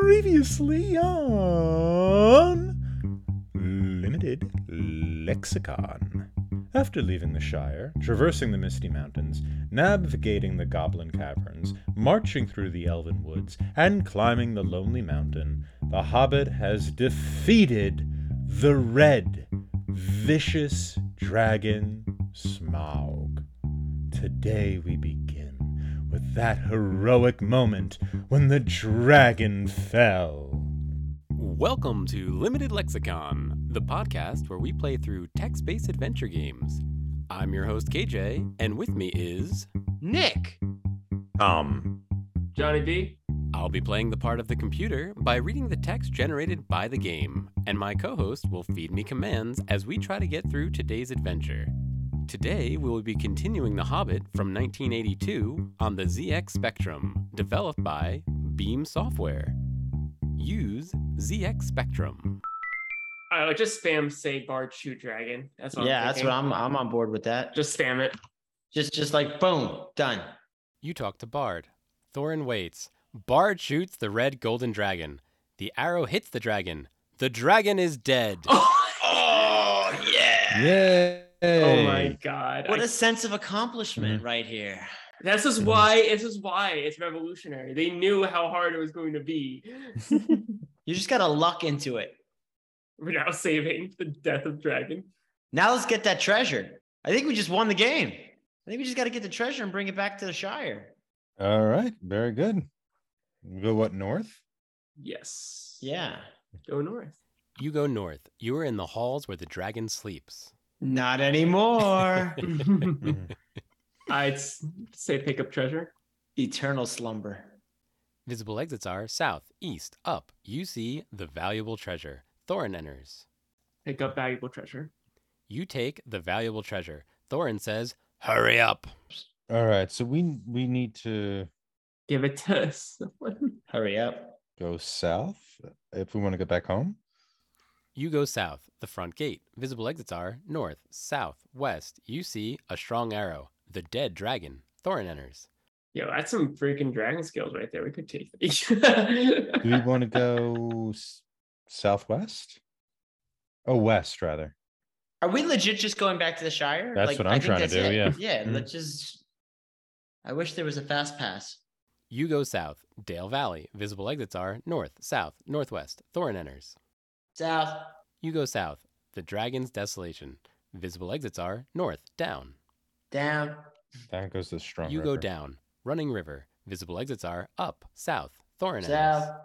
Previously on Limited Lexicon. After leaving the Shire, traversing the Misty Mountains, navigating the Goblin Caverns, marching through the Elven Woods, and climbing the Lonely Mountain, the Hobbit has defeated the red, vicious dragon Smaug. Today we begin with that heroic moment when the dragon fell. Welcome to Limited Lexicon, the podcast where we play through text based adventure games. I'm your host, KJ, and with me is. Nick. Um, Johnny B. I'll be playing the part of the computer by reading the text generated by the game, and my co host will feed me commands as we try to get through today's adventure. Today, we will be continuing The Hobbit from 1982 on the ZX Spectrum, developed by Beam Software. Use ZX Spectrum. I like just spam say guard shoot dragon. That's what Yeah, I'm that's thinking. what I'm. I'm on board with that. Just spam it. Just, just like boom, done. You talk to Bard. Thorin waits. Bard shoots the red golden dragon. The arrow hits the dragon. The dragon is dead. Oh yeah! yay! Oh my god! What I- a sense of accomplishment Mm-hmm. right here. this is why. This is why it's revolutionary. They knew how hard it was going to be. You just gotta luck into it. We're now saving the death of dragon. Now let's get that treasure. I think we just won the game. I think we just gotta get the treasure and bring it back to the Shire. All right, very good. Go what north? Yes. Yeah. Go north. You go north. You are in the halls where the dragon sleeps. Not anymore. I'd s- say pick up treasure. Eternal slumber. Visible exits are south, east, up. You see the valuable treasure. Thorin enters. Pick up valuable treasure. You take the valuable treasure. Thorin says, Hurry up. All right, so we we need to Give it to someone. Hurry up. go south if we want to get back home. You go south, the front gate. Visible exits are north, south, west. You see a strong arrow. The dead dragon. Thorin enters. Yo, that's some freaking dragon skills right there. We could take. Do we want to go s- southwest? Oh, west rather. Are we legit just going back to the Shire? That's what I'm think trying to that's do, it. Yeah. Mhm. Let's just. I wish there was a fast pass. You go south, Dale Valley. Visible exits are north, south, northwest. Thorin enters. South. You go south, the Dragon's Desolation. Visible exits are north, down. Down. Down goes the strong. you go river. down, running river. Visible exits are up, south, Thorin South. enters.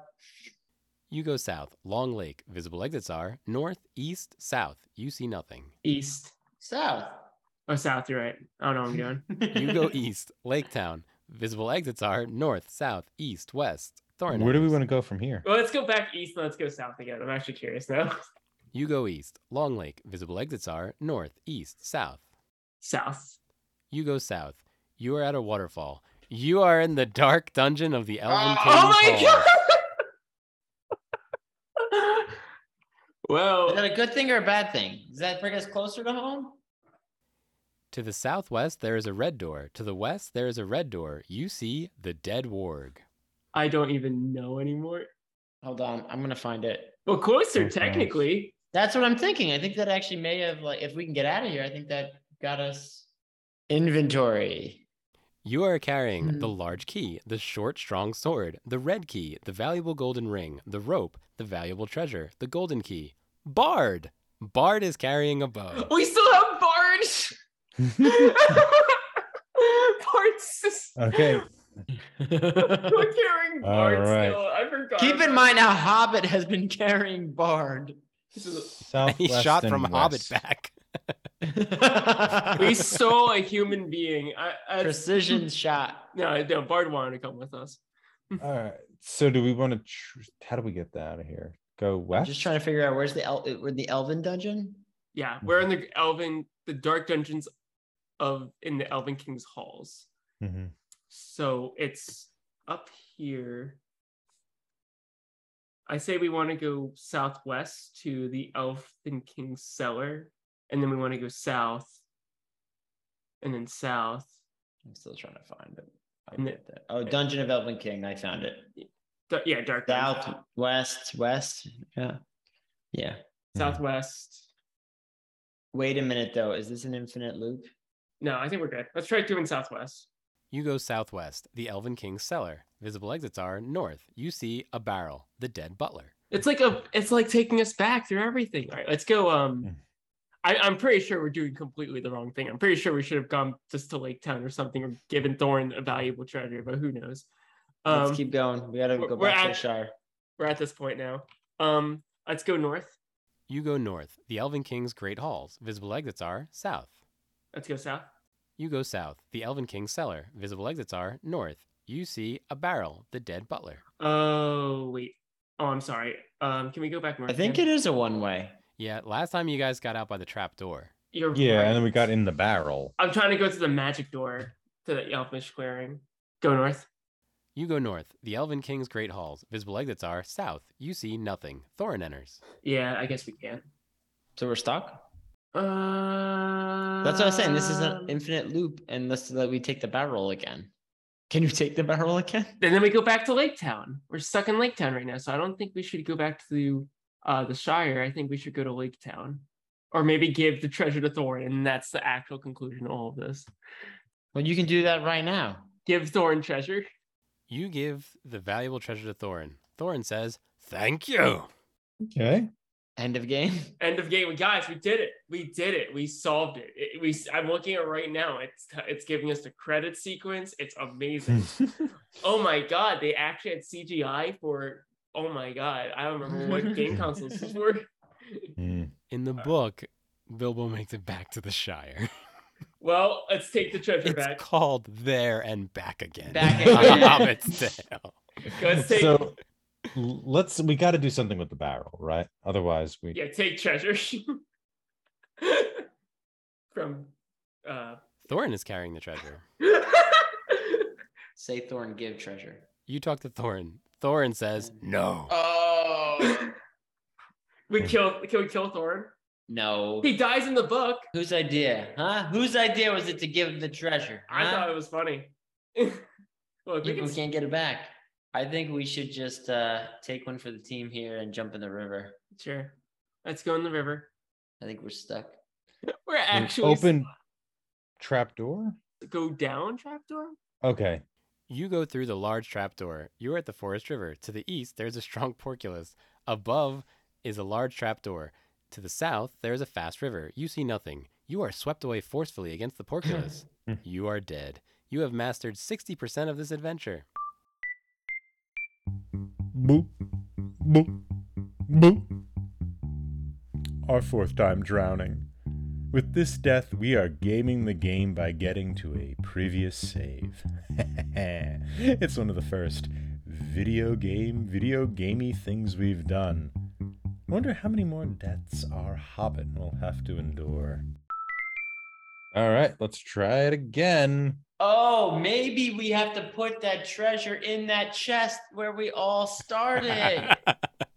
You go south, Long Lake. Visible exits are north, east, south. You see nothing. East South. or south? You're right. I don't know what I'm doing. You go e- east, Lake Town. Visible exits are north, south, east, west. Thorin Where do we enters. want to go from here? Well, let's go back east and let's go south again. I'm actually curious now. You go east, Long Lake. Visible exits are north, east, south. South. You go south. You are at a waterfall. You are in the dark dungeon of the Elven Oh, King's my Hall. Is that well, a good thing or a bad thing? Does that bring us closer to home? To the southwest there is a red door. To the west there is a red door. You see the dead warg. I don't even know anymore. Hold on, I'm gonna find it. Well, closer Okay. technically. That's what I'm thinking. I think that actually may have like if we can get out of here, I think that got us inventory. You are carrying Hmm. the large key, the short strong sword, the red key, the valuable golden ring, the rope, the valuable treasure, the golden key. Bard. Bard is carrying a bow. We still have Barnes. Barnes. Okay. We're carrying All Barnes right. still. I forgot. Keep in mind how Hobbit has been carrying Bard. Southwest. He shot from and Hobbit west. back. We stole a human being. I, I, Precision shot. no, no, Bard wanted to come with us. All right. So do we want to? Tr- how do we get that out of here? Go I'm west. just trying to figure out where's the el- where the Elven dungeon. Yeah, we're Mm-hmm. in the Elven, the dark dungeons of in the Elven King's halls. Mhm. So it's up here. I say we want to go southwest to the Elf and King's cellar, and then we want to go south, and then south, I'm still trying to find it. I'll get that. Oh, Dungeon of Elven King. I found it. Du- yeah, dark dungeon. South, west, west. Yeah. Yeah. southwest. Wait a minute though. Is this an infinite loop? No, I think we're good. Let's try doing southwest. You go southwest, the Elven King's cellar. Visible exits are north. You see a barrel, the dead butler. It's like a it's like taking us back through everything. All right, let's go. Mm. Hmm. Um I, I'm pretty sure we're doing completely the wrong thing. I'm pretty sure we should have gone just to Lake Town or something or given Thorn a valuable treasure, but who knows? Um Let's keep going. We gotta we're- go we're back to at- the Shire. we're at this point now. Um let's go north. You go north, the Elven King's great halls. Visible exits are south. Let's go south. You go south, the Elven King's cellar. Visible exits are north. You see a barrel, the dead butler. Oh wait. Oh I'm sorry. Um can we go back north? I think it again? is a one way. Yeah, last time you guys got out by the trap door. You're Yeah, right. and then we got in the barrel. I'm trying to go through the magic door to the elfish clearing. Go north. You go north, the Elven King's great halls. Visible exits are south. You see nothing. Thorin enters. Yeah, I guess we can. So we're stuck. Uh, That's what I was saying. This is Um, an infinite loop, unless that we take the barrel again. Can you take the barrel again? And then we go back to Lake Town. We're stuck in Lake Town right now, so I don't think we should go back to uh, the Shire. I think we should go to Lake Town, or maybe give the treasure to Thorin, and that's the actual conclusion of all of this. Well, you can do that right now. Give Thorin treasure. You give the valuable treasure to Thorin. Thorin says, Thank you. Okay. End of game. End of game, guys. We did it. We did it. We solved it. it we. I'm looking at it right now. It's it's giving us the credit sequence. It's amazing. Hmm. Mm. Oh my god, they actually had CGI for oh my god, I don't remember what game consoles these were. Mm. In the book, Bilbo makes it back to the Shire. Well, let's take the treasure It's back. called There and Back Again. Back on again. Hobbit's Tale. Let's take So l- let's we got to do something with the barrel, right? Otherwise, we yeah, take treasure. From uh Thorin is carrying the treasure. Say Thorn, give treasure. You talk to Thorin. Thorin says, No. Oh we kill can we kill Thorin? no! He dies in the book. Whose idea, huh? Whose idea was it to give the treasure? I huh? thought it was funny. Look, we You- can we can't get it back. I think we should just uh, take one for the team here and jump in the river. sure. Let's go in the river. I think we're stuck. We're An actually open trap door. go down trapdoor. Okay. You go through the large trapdoor. You are at the forest river. To the east, there's a strong porculus. Above is a large trapdoor. To the south, there is a fast river. You see nothing. You are swept away forcefully against the porculus. you are dead. You have mastered 60% of this adventure. Boop, boop, boop. Our fourth time drowning. With this death, we are gaming the game by getting to a previous save. it's one of the first video game, video gamey things we've done. Wonder how many more deaths our hobbit will have to endure. All right, let's try it again. Oh, maybe we have to put that treasure in that chest where we all started.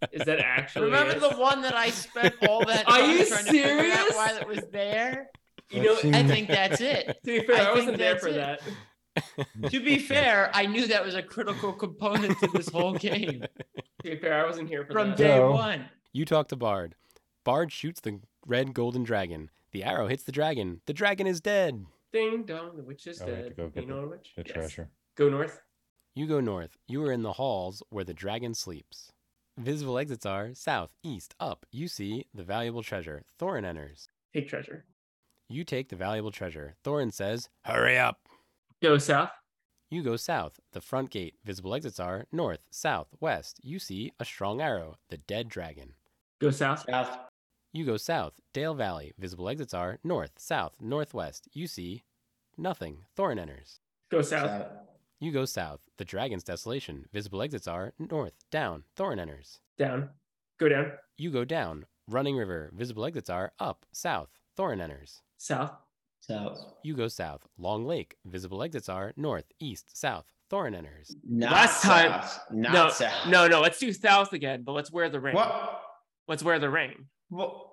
Is that actually Remember it? the one that I spent all that Are time you trying to figure out serious? why that was there? You know, Let's I see. think that's it. to be fair, I I, think wasn't there that's for it. that. To be fair, I knew that was a critical component to this whole game To be fair, I wasn't here for from that. day So- one. You talk to Bard. Bard shoots the red golden dragon. The arrow hits the dragon. The dragon is dead. Ding dong, the witch is Oh, we have to dead. go get you know the witch? The Yes. treasure. Go north. You go north. You are in the halls where the dragon sleeps. Visible exits are south, east, up. You see the valuable treasure. Thorin enters. Take treasure. You take the valuable treasure. Thorin says, Hurry up. Go south. You go south. The front gate. Visible exits are north, south, west. You see a strong arrow. The dead dragon. Go south. South. You go south, Dale Valley. Visible exits are north, south, northwest. You see nothing. Thorin enters. Go south. You go south, the dragon's desolation. Visible exits are north, down. Thorin enters. Down. Go down. You go down, running river. Visible exits are up, south. Thorin enters. South. South. You go south, long lake. Visible exits are north, east, south. Thorin enters. Not Last time- south. Not no, south. no, no. Let's do south again, but let's wear the ring. What? Let's wear the ring. What?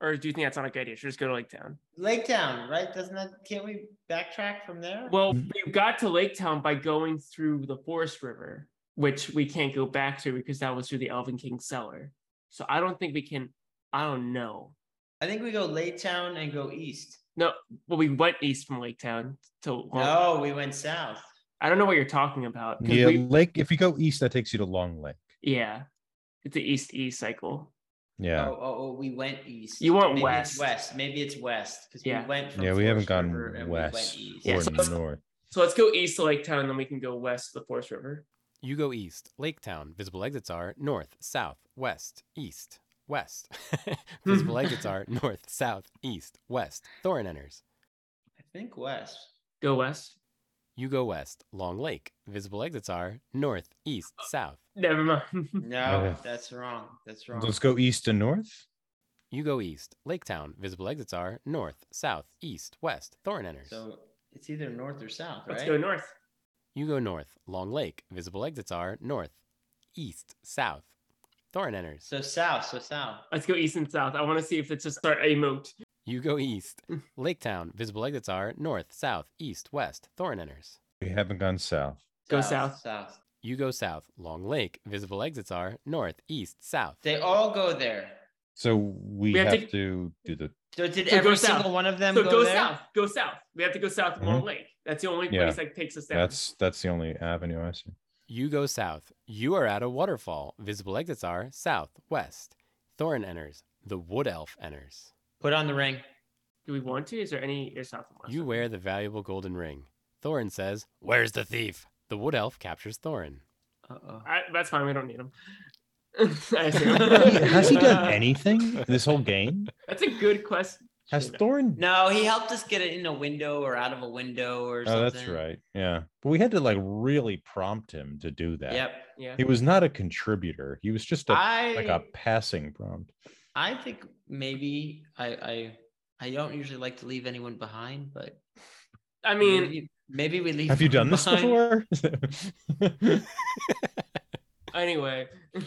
Or do you think that's not a good idea? Should we just go to Lake Town? Lake Town, right? Doesn't that? Can't we backtrack from there? Well, we got to Lake Town by going through the Forest River, which we can't go back to because that was through the Elven King cellar. So I don't think we can. I don't know. I think we go Lake Town and go east. Well, we went east from Lake Town to. No, Oh, we went south. I don't know what you're talking about. 'cause Yeah, we- Lake. If you go east, that takes you to Long Lake. yeah. It's the east east cycle. Yeah. Oh, oh, oh, we went east. You went Maybe it's west. west. Maybe it's west because Yeah. we went. From yeah, we haven't Forest gone River and we went west east. Yeah, or so let's- north. So let's go east to Lake Town, and then we can go west to the Forest River. You go east, Lake Town. Visible exits are north, south, west, east, west. Visible exits are north, south, east, west. Thorin enters. I think west. Go west. You go west, Long Lake. Visible exits are north, east, south. Never mind. No, Okay. that's wrong. That's wrong. Oh, Let's go east and north. You go east, Lake Town. Visible exits are north, south, east, west. Thorin enters. So it's either north or south, Let's right? go north. You go north, Long Lake. Visible exits are north, east, south. Thorin enters. So south. So south. Let's go east and south. I want to see if it's just start emote. You go east, Lake Town. Visible exits are north, south, east, west. Thorin enters. We haven't gone south. Go south. South. You go south, Long Lake. Visible exits are north, east, south. They all go there. So we, We have, have to... to- do the. So did So go every south. single one of them So go, go, there? south. Go south. We have to go south of Long Lake. That's the only Mm-hmm. Yeah. place that takes us down. That's that's the only avenue I see. You go south. You are at a waterfall. Visible exits are south, west. Thorin enters. The wood elf enters. Put on the ring. Do we want to? Is there any? There's not much. You wear the valuable golden ring. Thorin says, Where's the thief? The wood elf captures Thorin. Uh oh. I, that's fine. We don't need him. I assume. Has he Uh, done anything this whole game? That's a good question. Has Thorin? No, he helped us get it in a window or out of a window or something. Oh, that's right. Yeah, but we had to like really prompt him to do that. Yep. Yeah. He was not a contributor. He was just a I like a passing prompt. I think maybe I I I don't usually like to leave anyone behind, but I mean, maybe, maybe we leave. Have you them done this behind. before? anyway,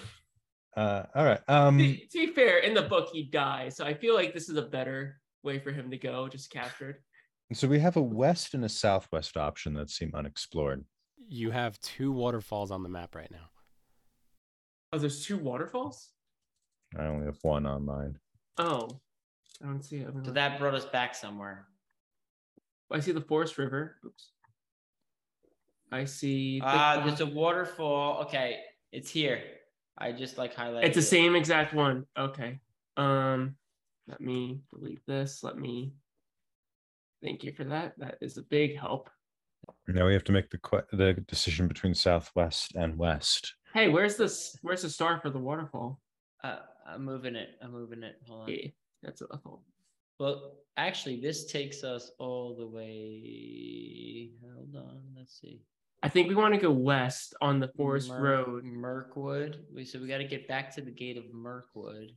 uh, all right. to, Um, to be fair, in the book he dies, so I feel like this is a better way for him to go, just captured. so we have a west and a southwest option that seem unexplored. You have two waterfalls on the map right now. Oh, there's two waterfalls. I only have one on mine. Oh, I don't see it. I'm So gonna- that brought us back somewhere. I see the Forest River. Oops. I see. the- Ah, there's a waterfall. Okay, it's here. I just like highlighted. it's the it. same exact one. Okay. Um, let me delete this. Let me. Thank you for that. That is a big help. Now we have to make the que- the decision between southwest and west. Hey, where's this? Where's the star for the waterfall? Uh, I'm moving it. I'm moving it. Hold on. Yeah, that's what I thought. Well, actually, this takes us all the way. Hold on. Let's see. I think we want to go west on the Forest Merk- Road. Merkwood. We said we got to get back to the gate of Merkwood.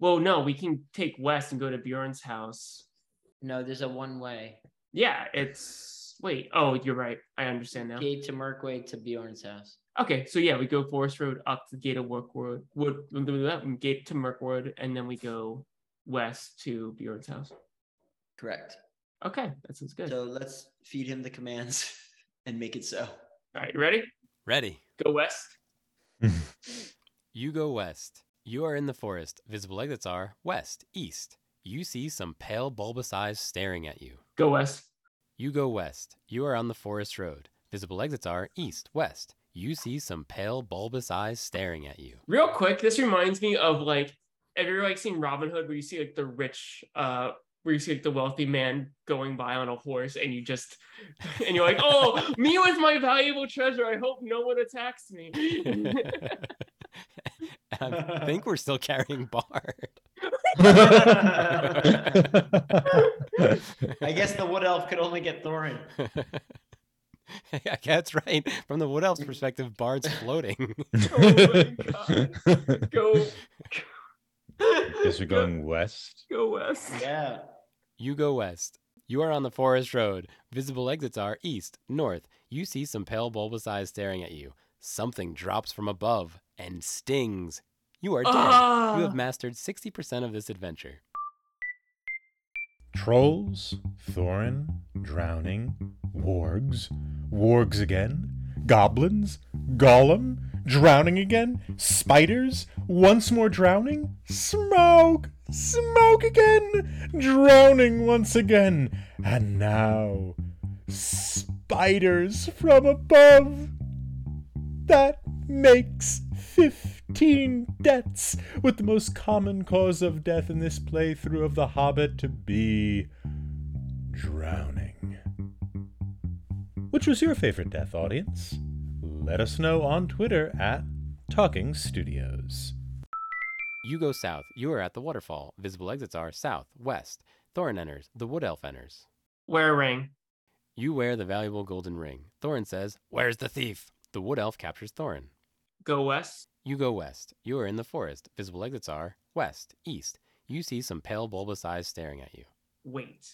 Well, no, we can take west and go to Bjorn's house. No, there's a one way Yeah, it's wait. Oh, you're right. I understand now. gate to Merkwood to Bjorn's house. Okay, so yeah, we go Forest Road up to Gate of Workwood, Wood, blah, blah, blah, blah, Gate to Merkwood, and then we go west to Bjorn's house. Correct. Okay, that sounds good. So let's feed him the commands and make it so. All right, you ready? Ready. Go west. You go west. You are in the forest. Visible exits are west, east. You see some pale, bulbous eyes staring at you. Go west. You go west. You are on the forest road. Visible exits are east, west. You see some pale, bulbous eyes staring at you. Real quick, this reminds me of like, have you ever like seen Robin Hood where you see like the rich, uh, where you see like the wealthy man going by on a horse and you just, and you're like, oh, me with my valuable treasure. I hope no one attacks me. I think we're still carrying Bard. I guess the wood elf could only get Thorin. Yeah, That's right. From the Wood Elf's perspective, Bard's floating. go. Guess we're going west. Go, go west. Yeah. You go west. You are on the forest road. Visible exits are east, north. You see some pale bulbous eyes staring at you. Something drops from above and stings. You are dead. You Ah! have mastered 60% of this adventure. Trolls, Thorin, Drowning, Wargs, Wargs again, Goblins, Gollum, Drowning again, Spiders, Once more Drowning, Smoke, Smoke again, Drowning once again, and now Spiders from above. That makes 15 deaths, with the most common cause of death in this playthrough of The Hobbit to be drowning. Which was your favorite death, audience? Let us know on Twitter at Talking Studios. You go south. You are at the waterfall. Visible exits are south, west. Thorin enters. The wood elf enters. Wear a ring. You wear the valuable golden ring. Thorin says, Where's the thief? The wood elf captures Thorin. Go west. You go west. You are in the forest. Visible exits are west, east. You see some pale, bulbous eyes staring at you. Wait.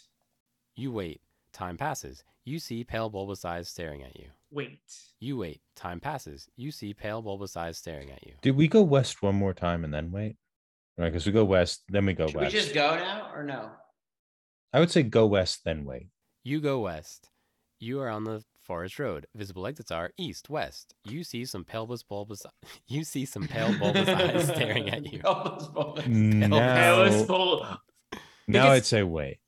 You wait. Time passes. You see pale, bulbous eyes staring at you. Wait. You wait. Time passes. You see pale, bulbous eyes staring at you. Did we go west one more time and then wait? Right, because we go west, then Oh, we go Should we west. just go now or no? I would say go west, then wait. You go west. You are on the forest road. Visible exits are east, west. You see some pale, bulbous, bulbous. You see some pale, bulbous eyes staring at you. Bulbous, bulbous. Hell is Now, full. now Because- I'd say wait.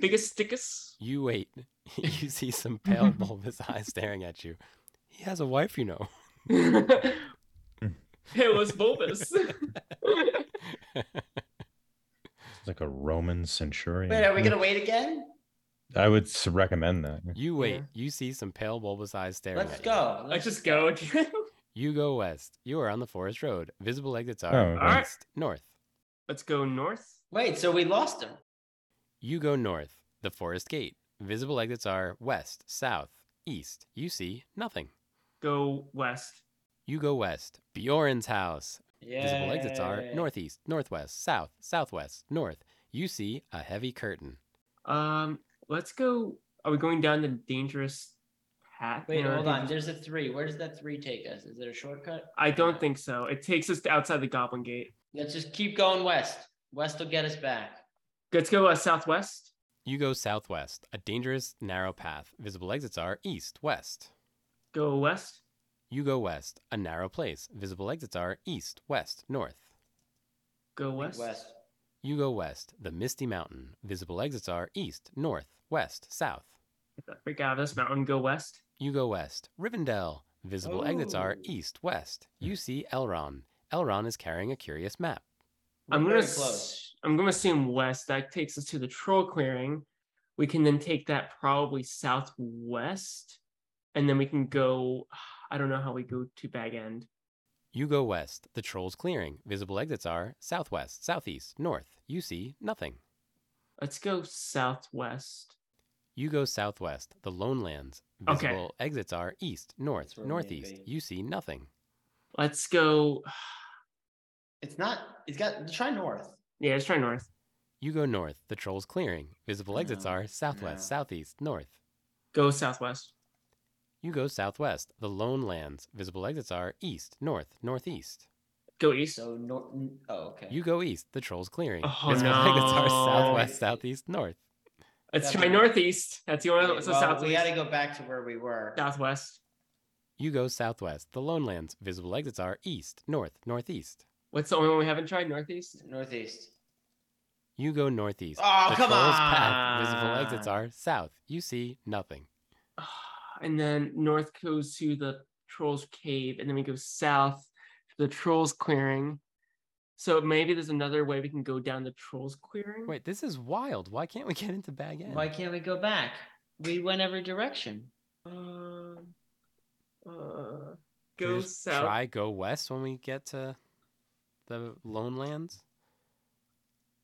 Biggest stickus. You wait. You see some pale, bulbous eyes staring at you. He has a wife, you know. Hell is bulbous. It's like a Roman Mm. centurion. Wait, are we gonna wait again? I would s- recommend that. You wait. You see some pale, bulbous eyes staring Let's at you. go. Let's just go again. You go west. You are on the forest road. Visible exits are Oh, okay. Alright. east, north. Let's go north. Wait, so we lost him. You go north. The forest gate. Visible exits are west, south, east. You see nothing. Go west. You go west. Bjorn's house. Yeah. Visible exits are northeast, northwest, south, southwest, north. You see a heavy curtain. Um, let's go. Are we going down the dangerous path? Wait, No, I hold think on. it's- There's a three. Where does that three take us? Is it a shortcut? I don't think so. It takes us outside the Goblin Gate. Let's just keep going west. West will get us back. Let's go uh, southwest. You go southwest. A dangerous, narrow path. Visible exits are east, west. Go west. You go west. A narrow place. Visible exits are east, west, north. Go I think west. West. You go west. The Misty Mountain. Visible exits are east, north, west, south. Break out of this mountain. Go west. You go west. Rivendell. Visible exits are Oh. east, west. You see Elrond. Elrond is carrying a curious map. I'm We're gonna very close. I'm gonna assume west. That takes us to the troll clearing. We can then take that probably southwest, and then we can go. I don't know how we go to Bag End. You go west. The Troll's Clearing. Visible exits are southwest, southeast, north. You see nothing. Let's go southwest. You go southwest. The Lone Lands. Okay. Visible exits are east, north, That's where we need to northeast. be. You see nothing. Let's go. It's not. It's got. Try north. Yeah, let's try north. You go north. The Troll's Clearing. Visible exits No, are southwest, no. southeast, north. Go southwest. You go southwest. The Lone Lands. Visible exits are east, north, northeast. Go east. So north. Oh, okay. You go east. The Troll's Clearing. Oh, Visible exits are no. southwest, southeast, north. Let's try Definitely. northeast. That's the only. Wait, so well, southwest. we got to go back to where we were. Southwest. You go southwest. The Lone Lands. Visible exits are east, north, northeast. What's the only one we haven't tried? Northeast. Northeast. You go northeast. Oh, the come troll's path. Visible exits on. are south. You see nothing. And then north goes to the troll's cave, and then we go south to the troll's clearing. So maybe there's another way we can go down the troll's clearing. Wait, this is wild. Why can't we get into Bag End? Why can't we go back? We went every direction. Um, uh, Can we go just south. Try go west when we get to the Lone Lands.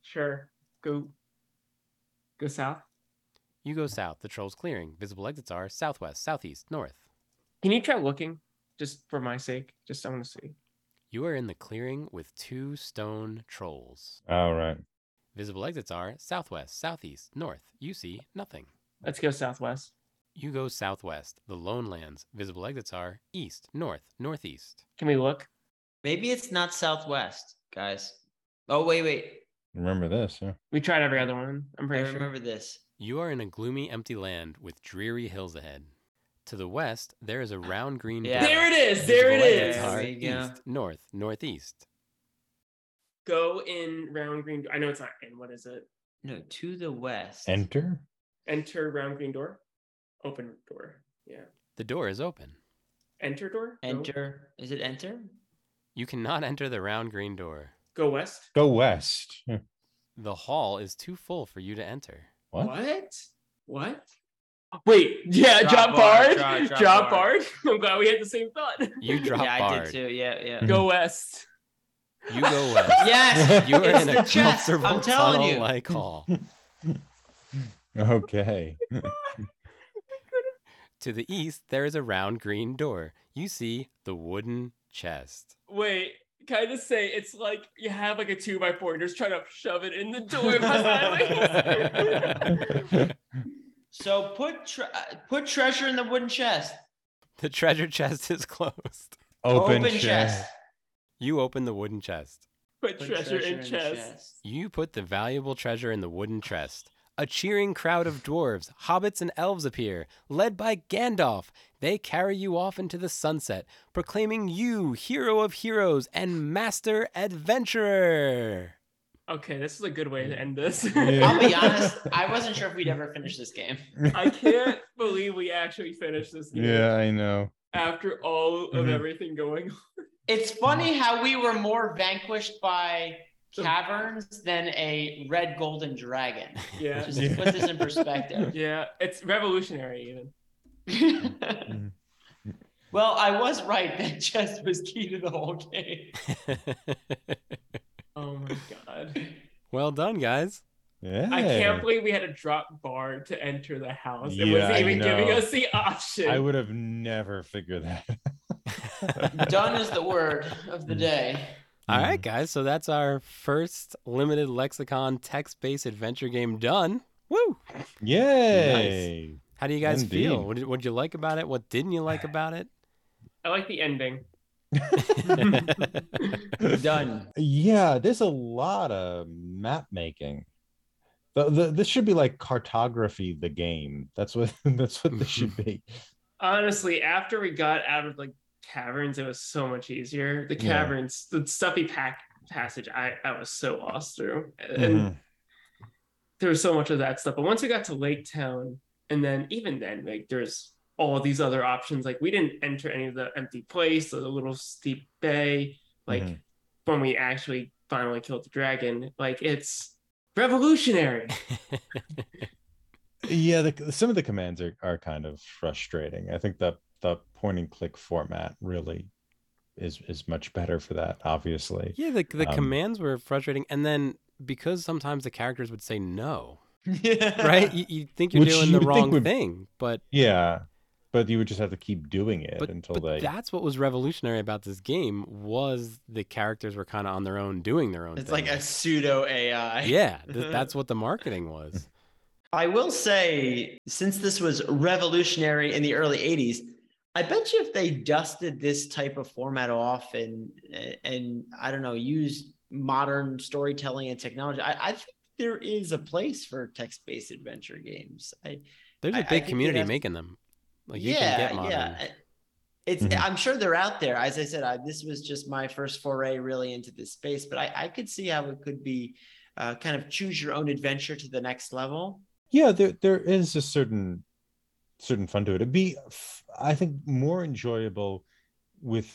Sure. Go. Go south. You go south. The troll's clearing. Visible exits are southwest, southeast, north. Can you try looking, just for my sake? Just I want to see. You are in the clearing with two stone trolls. All right. Visible exits are southwest, southeast, north. You see nothing. Let's go southwest. You go southwest. The Lone Lands. Visible exits are east, north, northeast. Can we look? Maybe it's not southwest, guys. Oh wait, wait. Remember this, yeah. We tried every other one. I'm I pretty sure. remember this. You are in a gloomy, empty land with dreary hills ahead. To the west, there is a round green. Yeah. dot There it is. visible There it at is. its heart, There you go. east, north, northeast. Go in round green. I know it's not in. What is it? No, to the west. Enter. Enter round green door. Open door. Yeah. The door is open. Enter door. Go- enter. Is it enter? You cannot enter the round green door. Go west. Go west. Yeah. The hall is too full for you to enter. What? What? What? Wait. Yeah. Drop Drop, bar, bard. drop- Drop, drop bard. I'm glad we had the same thought. You drop yeah, I barred. did too. Yeah, yeah. Go west. You go west. yes. You are It's in the a chest, I'm comfortable telling you. tunnel like hall. Okay. To the east, there is a round green door. You see the wooden chest. Wait. Can I just say it's like you have like a two by four and you're just trying to shove it in the door. sideways. the So put tre- uh, put treasure in the wooden chest. treasure chest is closed. Open, chest. chest. You open the wooden chest. Put, treasure, in, the chest. You put the valuable treasure in the wooden chest. A cheering crowd of dwarves, hobbits, and elves appear, led by Gandalf. They carry you off into the sunset, proclaiming you hero of heroes and master adventurer. Okay, this is a good way to end this. Yeah. I'll be honest. I wasn't sure if we'd ever finish this game. I can't believe we actually finished this game Yeah, I know. after all of Mhm. everything going on. It's funny how we were more vanquished by caverns than a red golden dragon. Yeah. Just to put this in perspective. Yeah. It's revolutionary even. well, I was right. That chest was key to the whole game. Oh my god. well done, guys. Yeah. I can't believe we had to drop bar to enter the house. It Yeah, wasn't I even giving know. us the option. I would have never figured that. Done is the word of Mm. the day. All right, guys. So that's our first limited lexicon text based adventure game done. Woo! Yay! How do you guys feel? Indeed. What did, what did you like about it? What didn't you like about it? I like the ending. Done. Yeah, there's a lot of map making. The, the, this should be like cartography the game. That's what that's what this should be. Honestly, after we got out of like caverns, it was so much easier. The Yeah. caverns, the stuffy pack passage, I, I was so lost through. And Mhm. there was so much of that stuff. But once we got to Lake Town, and then even then, like there's all these other options. Like we didn't enter any of the empty place or the little steep bay. Like Mhm. when we actually finally killed the dragon, like it's revolutionary. Yeah, the, some of the commands are, are kind of frustrating. I think the the point and click format really is is much better for that. Obviously, yeah, the, the Um, commands were frustrating. And then because sometimes the characters would say no, right? You, you think you're Which doing you the would think wrong would- thing, but yeah, but you would just have to keep doing it but, until but they. that's what was revolutionary about this game was the characters were kind of on their own doing their own It's thing. like a pseudo AI. yeah, th- that's what the marketing was. I will say, since this was revolutionary in the early 80s, I bet you if they dusted this type of format off and and I don't know, used modern storytelling and technology, I, I think there is a place for text-based adventure games. I There's I- a I big think they'd community have to- making them. Like you can get modern. Mm-hmm. It's Mhm. I'm sure they're out there. As I said, I, this was just my first foray really into this space, but I, I could see how it could be uh, kind of choose your own adventure to the next level. yeah there there is a certain certain fun to it it'd be f- i think more enjoyable with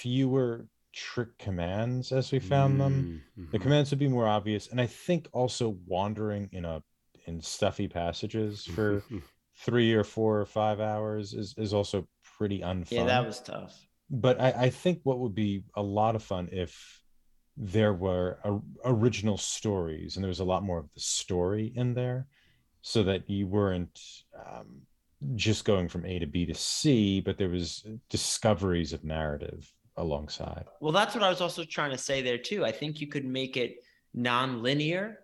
fewer trick commands as we found them Mm, the mhm. commands would be more obvious and i think also wandering in a in stuffy passages Mm-hmm. for three or four or five hours is is also pretty unfun Yeah, that was tough. but I, I think what would be a lot of fun if there were o- original stories and there was a lot more of the story in there so that you weren't um, just going from a to b to c but there was discoveries of narrative alongside Well, that's what I was also trying to say there too. I think you could make it non-linear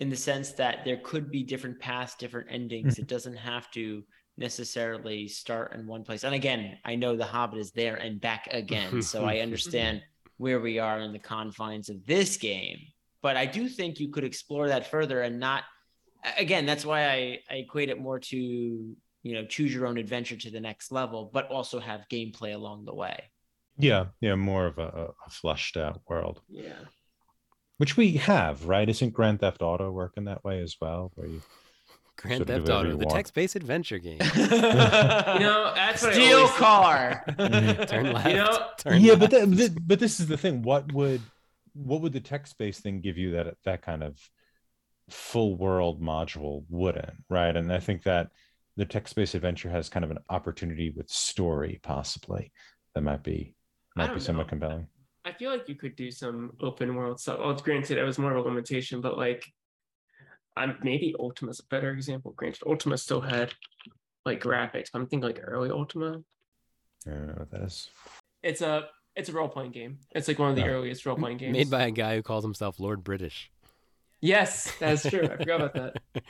in the sense that there could be different paths, different endings. It doesn't have to necessarily start in one place. And again, I know the Hobbit is there and back again, so I understand where we are in the confines of this game. but I do think you could explore that further and not again that's why I, I equate it more to you know choose your own adventure to the next level but also have gameplay along the way yeah yeah more of a, a fleshed out world yeah which we have right isn't grand theft auto working that way as well where you Grand Sort of Theft do whatever Auto, you the want. text-based adventure game. You know, that's what I Steel always car. Turn left. You know- turn yeah left. but that, th- but this is the thing what would what would the text based thing give you that that kind of full world module wouldn't right and i think that the text based adventure has kind of an opportunity with story possibly that might be I might be don't somewhat know. compelling I feel like you could do some open world stuff. Well, granted, it was more of a limitation, but like, I'm maybe Ultima's a better example. Granted, Ultima still had like graphics. I'm thinking like early Ultima. i don't know what that is It's a it's a role playing game. It's like one of the Yeah. earliest role playing games Made by a guy who calls himself Lord British. Yes, that's true. I forgot about that.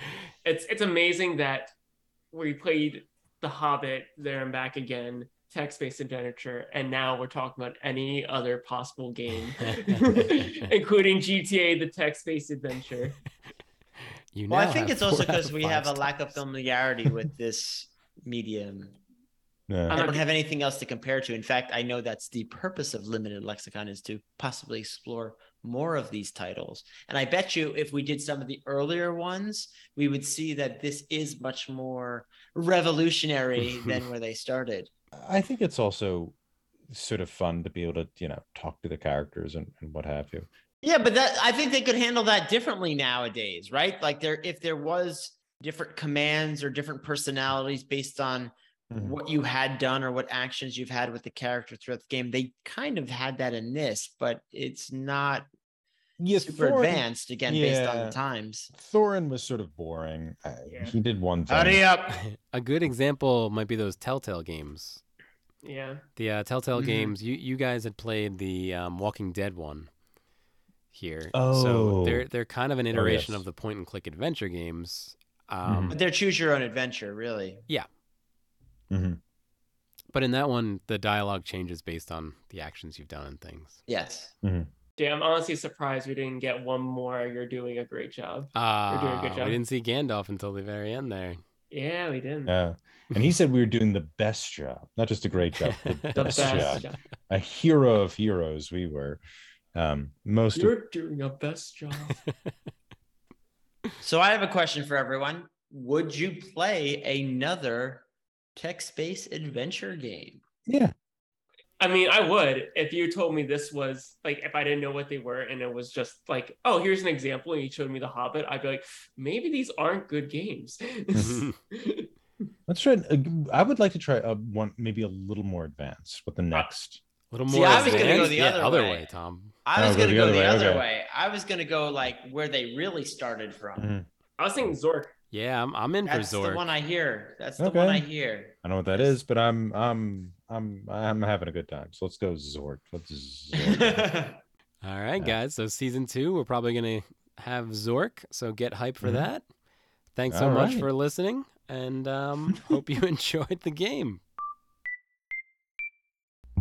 It's it's amazing that we played The Hobbit there and back again, text based adventure, and now we're talking about any other possible game, including GTA, the text based adventure. You well, I now think have it's also four out because of we five have a stars. lack of familiarity with this medium. yeah. I'm I not don't g- have anything else to compare to. In fact, I know that's the purpose of limited lexicon is to possibly explore more of these titles. And I bet you if we did some of the earlier ones, we would see that this is much more revolutionary than where they started. I think it's also sort of fun to be able to, you know, talk to the characters and, and what have you. Yeah, but that I think they could handle that differently nowadays, right? Like there if there was different commands or different personalities based on Mm-hmm. Mm-hmm. what you had done or what actions you've had with the character throughout the game. They kind of had that in this, but it's not Yeah, super Thorin, advanced again based on yeah. the times. Thorin was sort of boring. I, Yeah. He did one thing. up. a good example might be those Telltale games. Yeah. The uh, Telltale Mhm. games. You you guys had played the um, Walking Dead one here. So Oh. they're they're kind of an iteration yes. Mm-hmm. of the point and click adventure games. Um, But they're choose your own adventure, really. Mhm. But in that one, the dialogue changes based on the actions you've done and things. Yes. Yeah, I'm honestly surprised we didn't get one more. You're doing a great job. Uh, doing a good job. We didn't see Gandalf until the very end there. Yeah, we didn't. Yeah. And he said we were doing the best job, not just a great job, the The best job. best job. A hero of heroes we were. Um, most of You're doing a best job. So I have a question for everyone. Would you play another text-based adventure game? yeah, I mean, I would if you told me this was like if I didn't know what they were and it was just like, oh, here's an example, and you showed me The Hobbit, I'd be like, maybe these aren't good games. Mhm. let's try. uh, I would like to try a one, maybe a little more advanced. What the next? A little See, more. I was gonna go advanced- the yeah, other other way. way, Tom. I was Oh, go gonna the go other the way, other okay. way. I was gonna go like where they really started from. Mhm. I was thinking Zork. Yeah, I'm, I'm in That's for the Zork. one I hear. That's the Okay. one I hear. I don't know what that is, but I'm I'm I'm I'm having a good time. So let's go Zork. Let's Zork. That's All right, Yeah. guys. So season two, we're probably gonna have Zork. So get hype for Mhm. that. Thanks so All much right. for listening, and um, hope you enjoyed the game.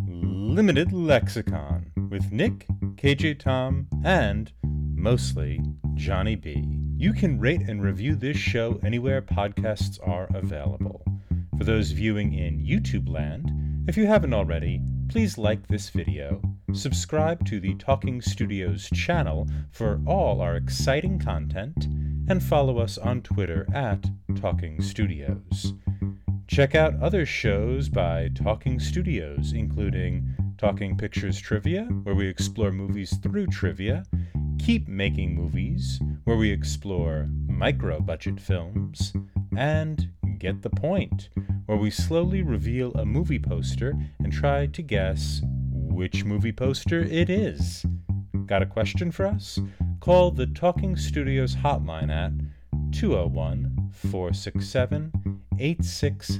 Limited Lexicon with Nick, KJ Tom, and mostly Johnny B. You can rate and review this show anywhere podcasts are available. For those viewing in YouTube land, if you haven't already, please like this video, subscribe to the Talking Studios channel for all our exciting content, and follow us on Twitter at Talking Studios. Check out other shows by Talking Studios, including Talking Pictures Trivia, where we explore movies through trivia, Keep Making Movies, where we explore micro budget films, and Get the Point, where we slowly reveal a movie poster and try to guess which movie poster it is. Got a question for us? Call the Talking Studios hotline at 201 467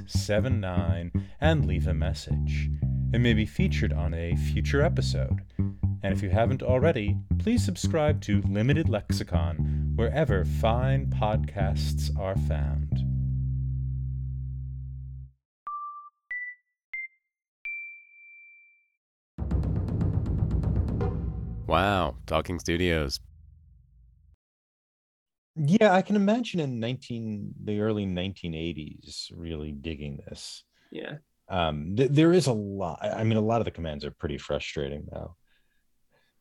8679 and leave a message. It may be featured on a future episode. And if you haven't already, please subscribe to Limited Lexicon wherever fine podcasts are found. Wow, Talking Studios. Yeah, I can imagine in 19 the early 1980s really digging this. Yeah. Um th- there is a lot I I mean a lot of the commands are pretty frustrating now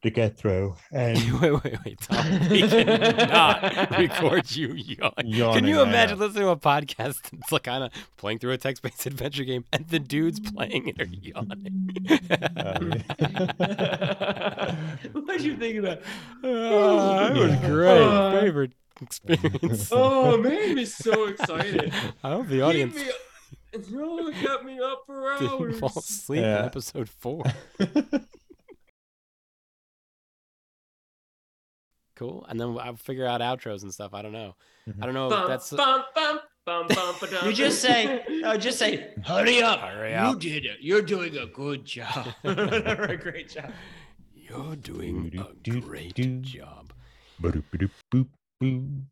to get through and wait, wait, wait, Tom. We cannot record you yawn. Can Yawning, you I imagine know. listening to a podcast that's like kind of playing through a text-based adventure game and the dudes playing it are yawning? What'd you think of that? Ah, it was Yeah. great. Ah. Favorite experience. Oh man, he's so excited. I hope the audience Keep me, no, it got me up for didn't hours. fall asleep in Yeah. episode four. cool. And then I'll figure out outros and stuff. I don't know. I don't know if Bum, that's. bum, bum, bum, bum, ba-dum. You just say, "Oh, no, just say, hurry up. Hurry you up. did it. You're doing a good job. Whatever, a great job. You're doing a Do-do-do-do. great job. Boop, boop, boop, boop.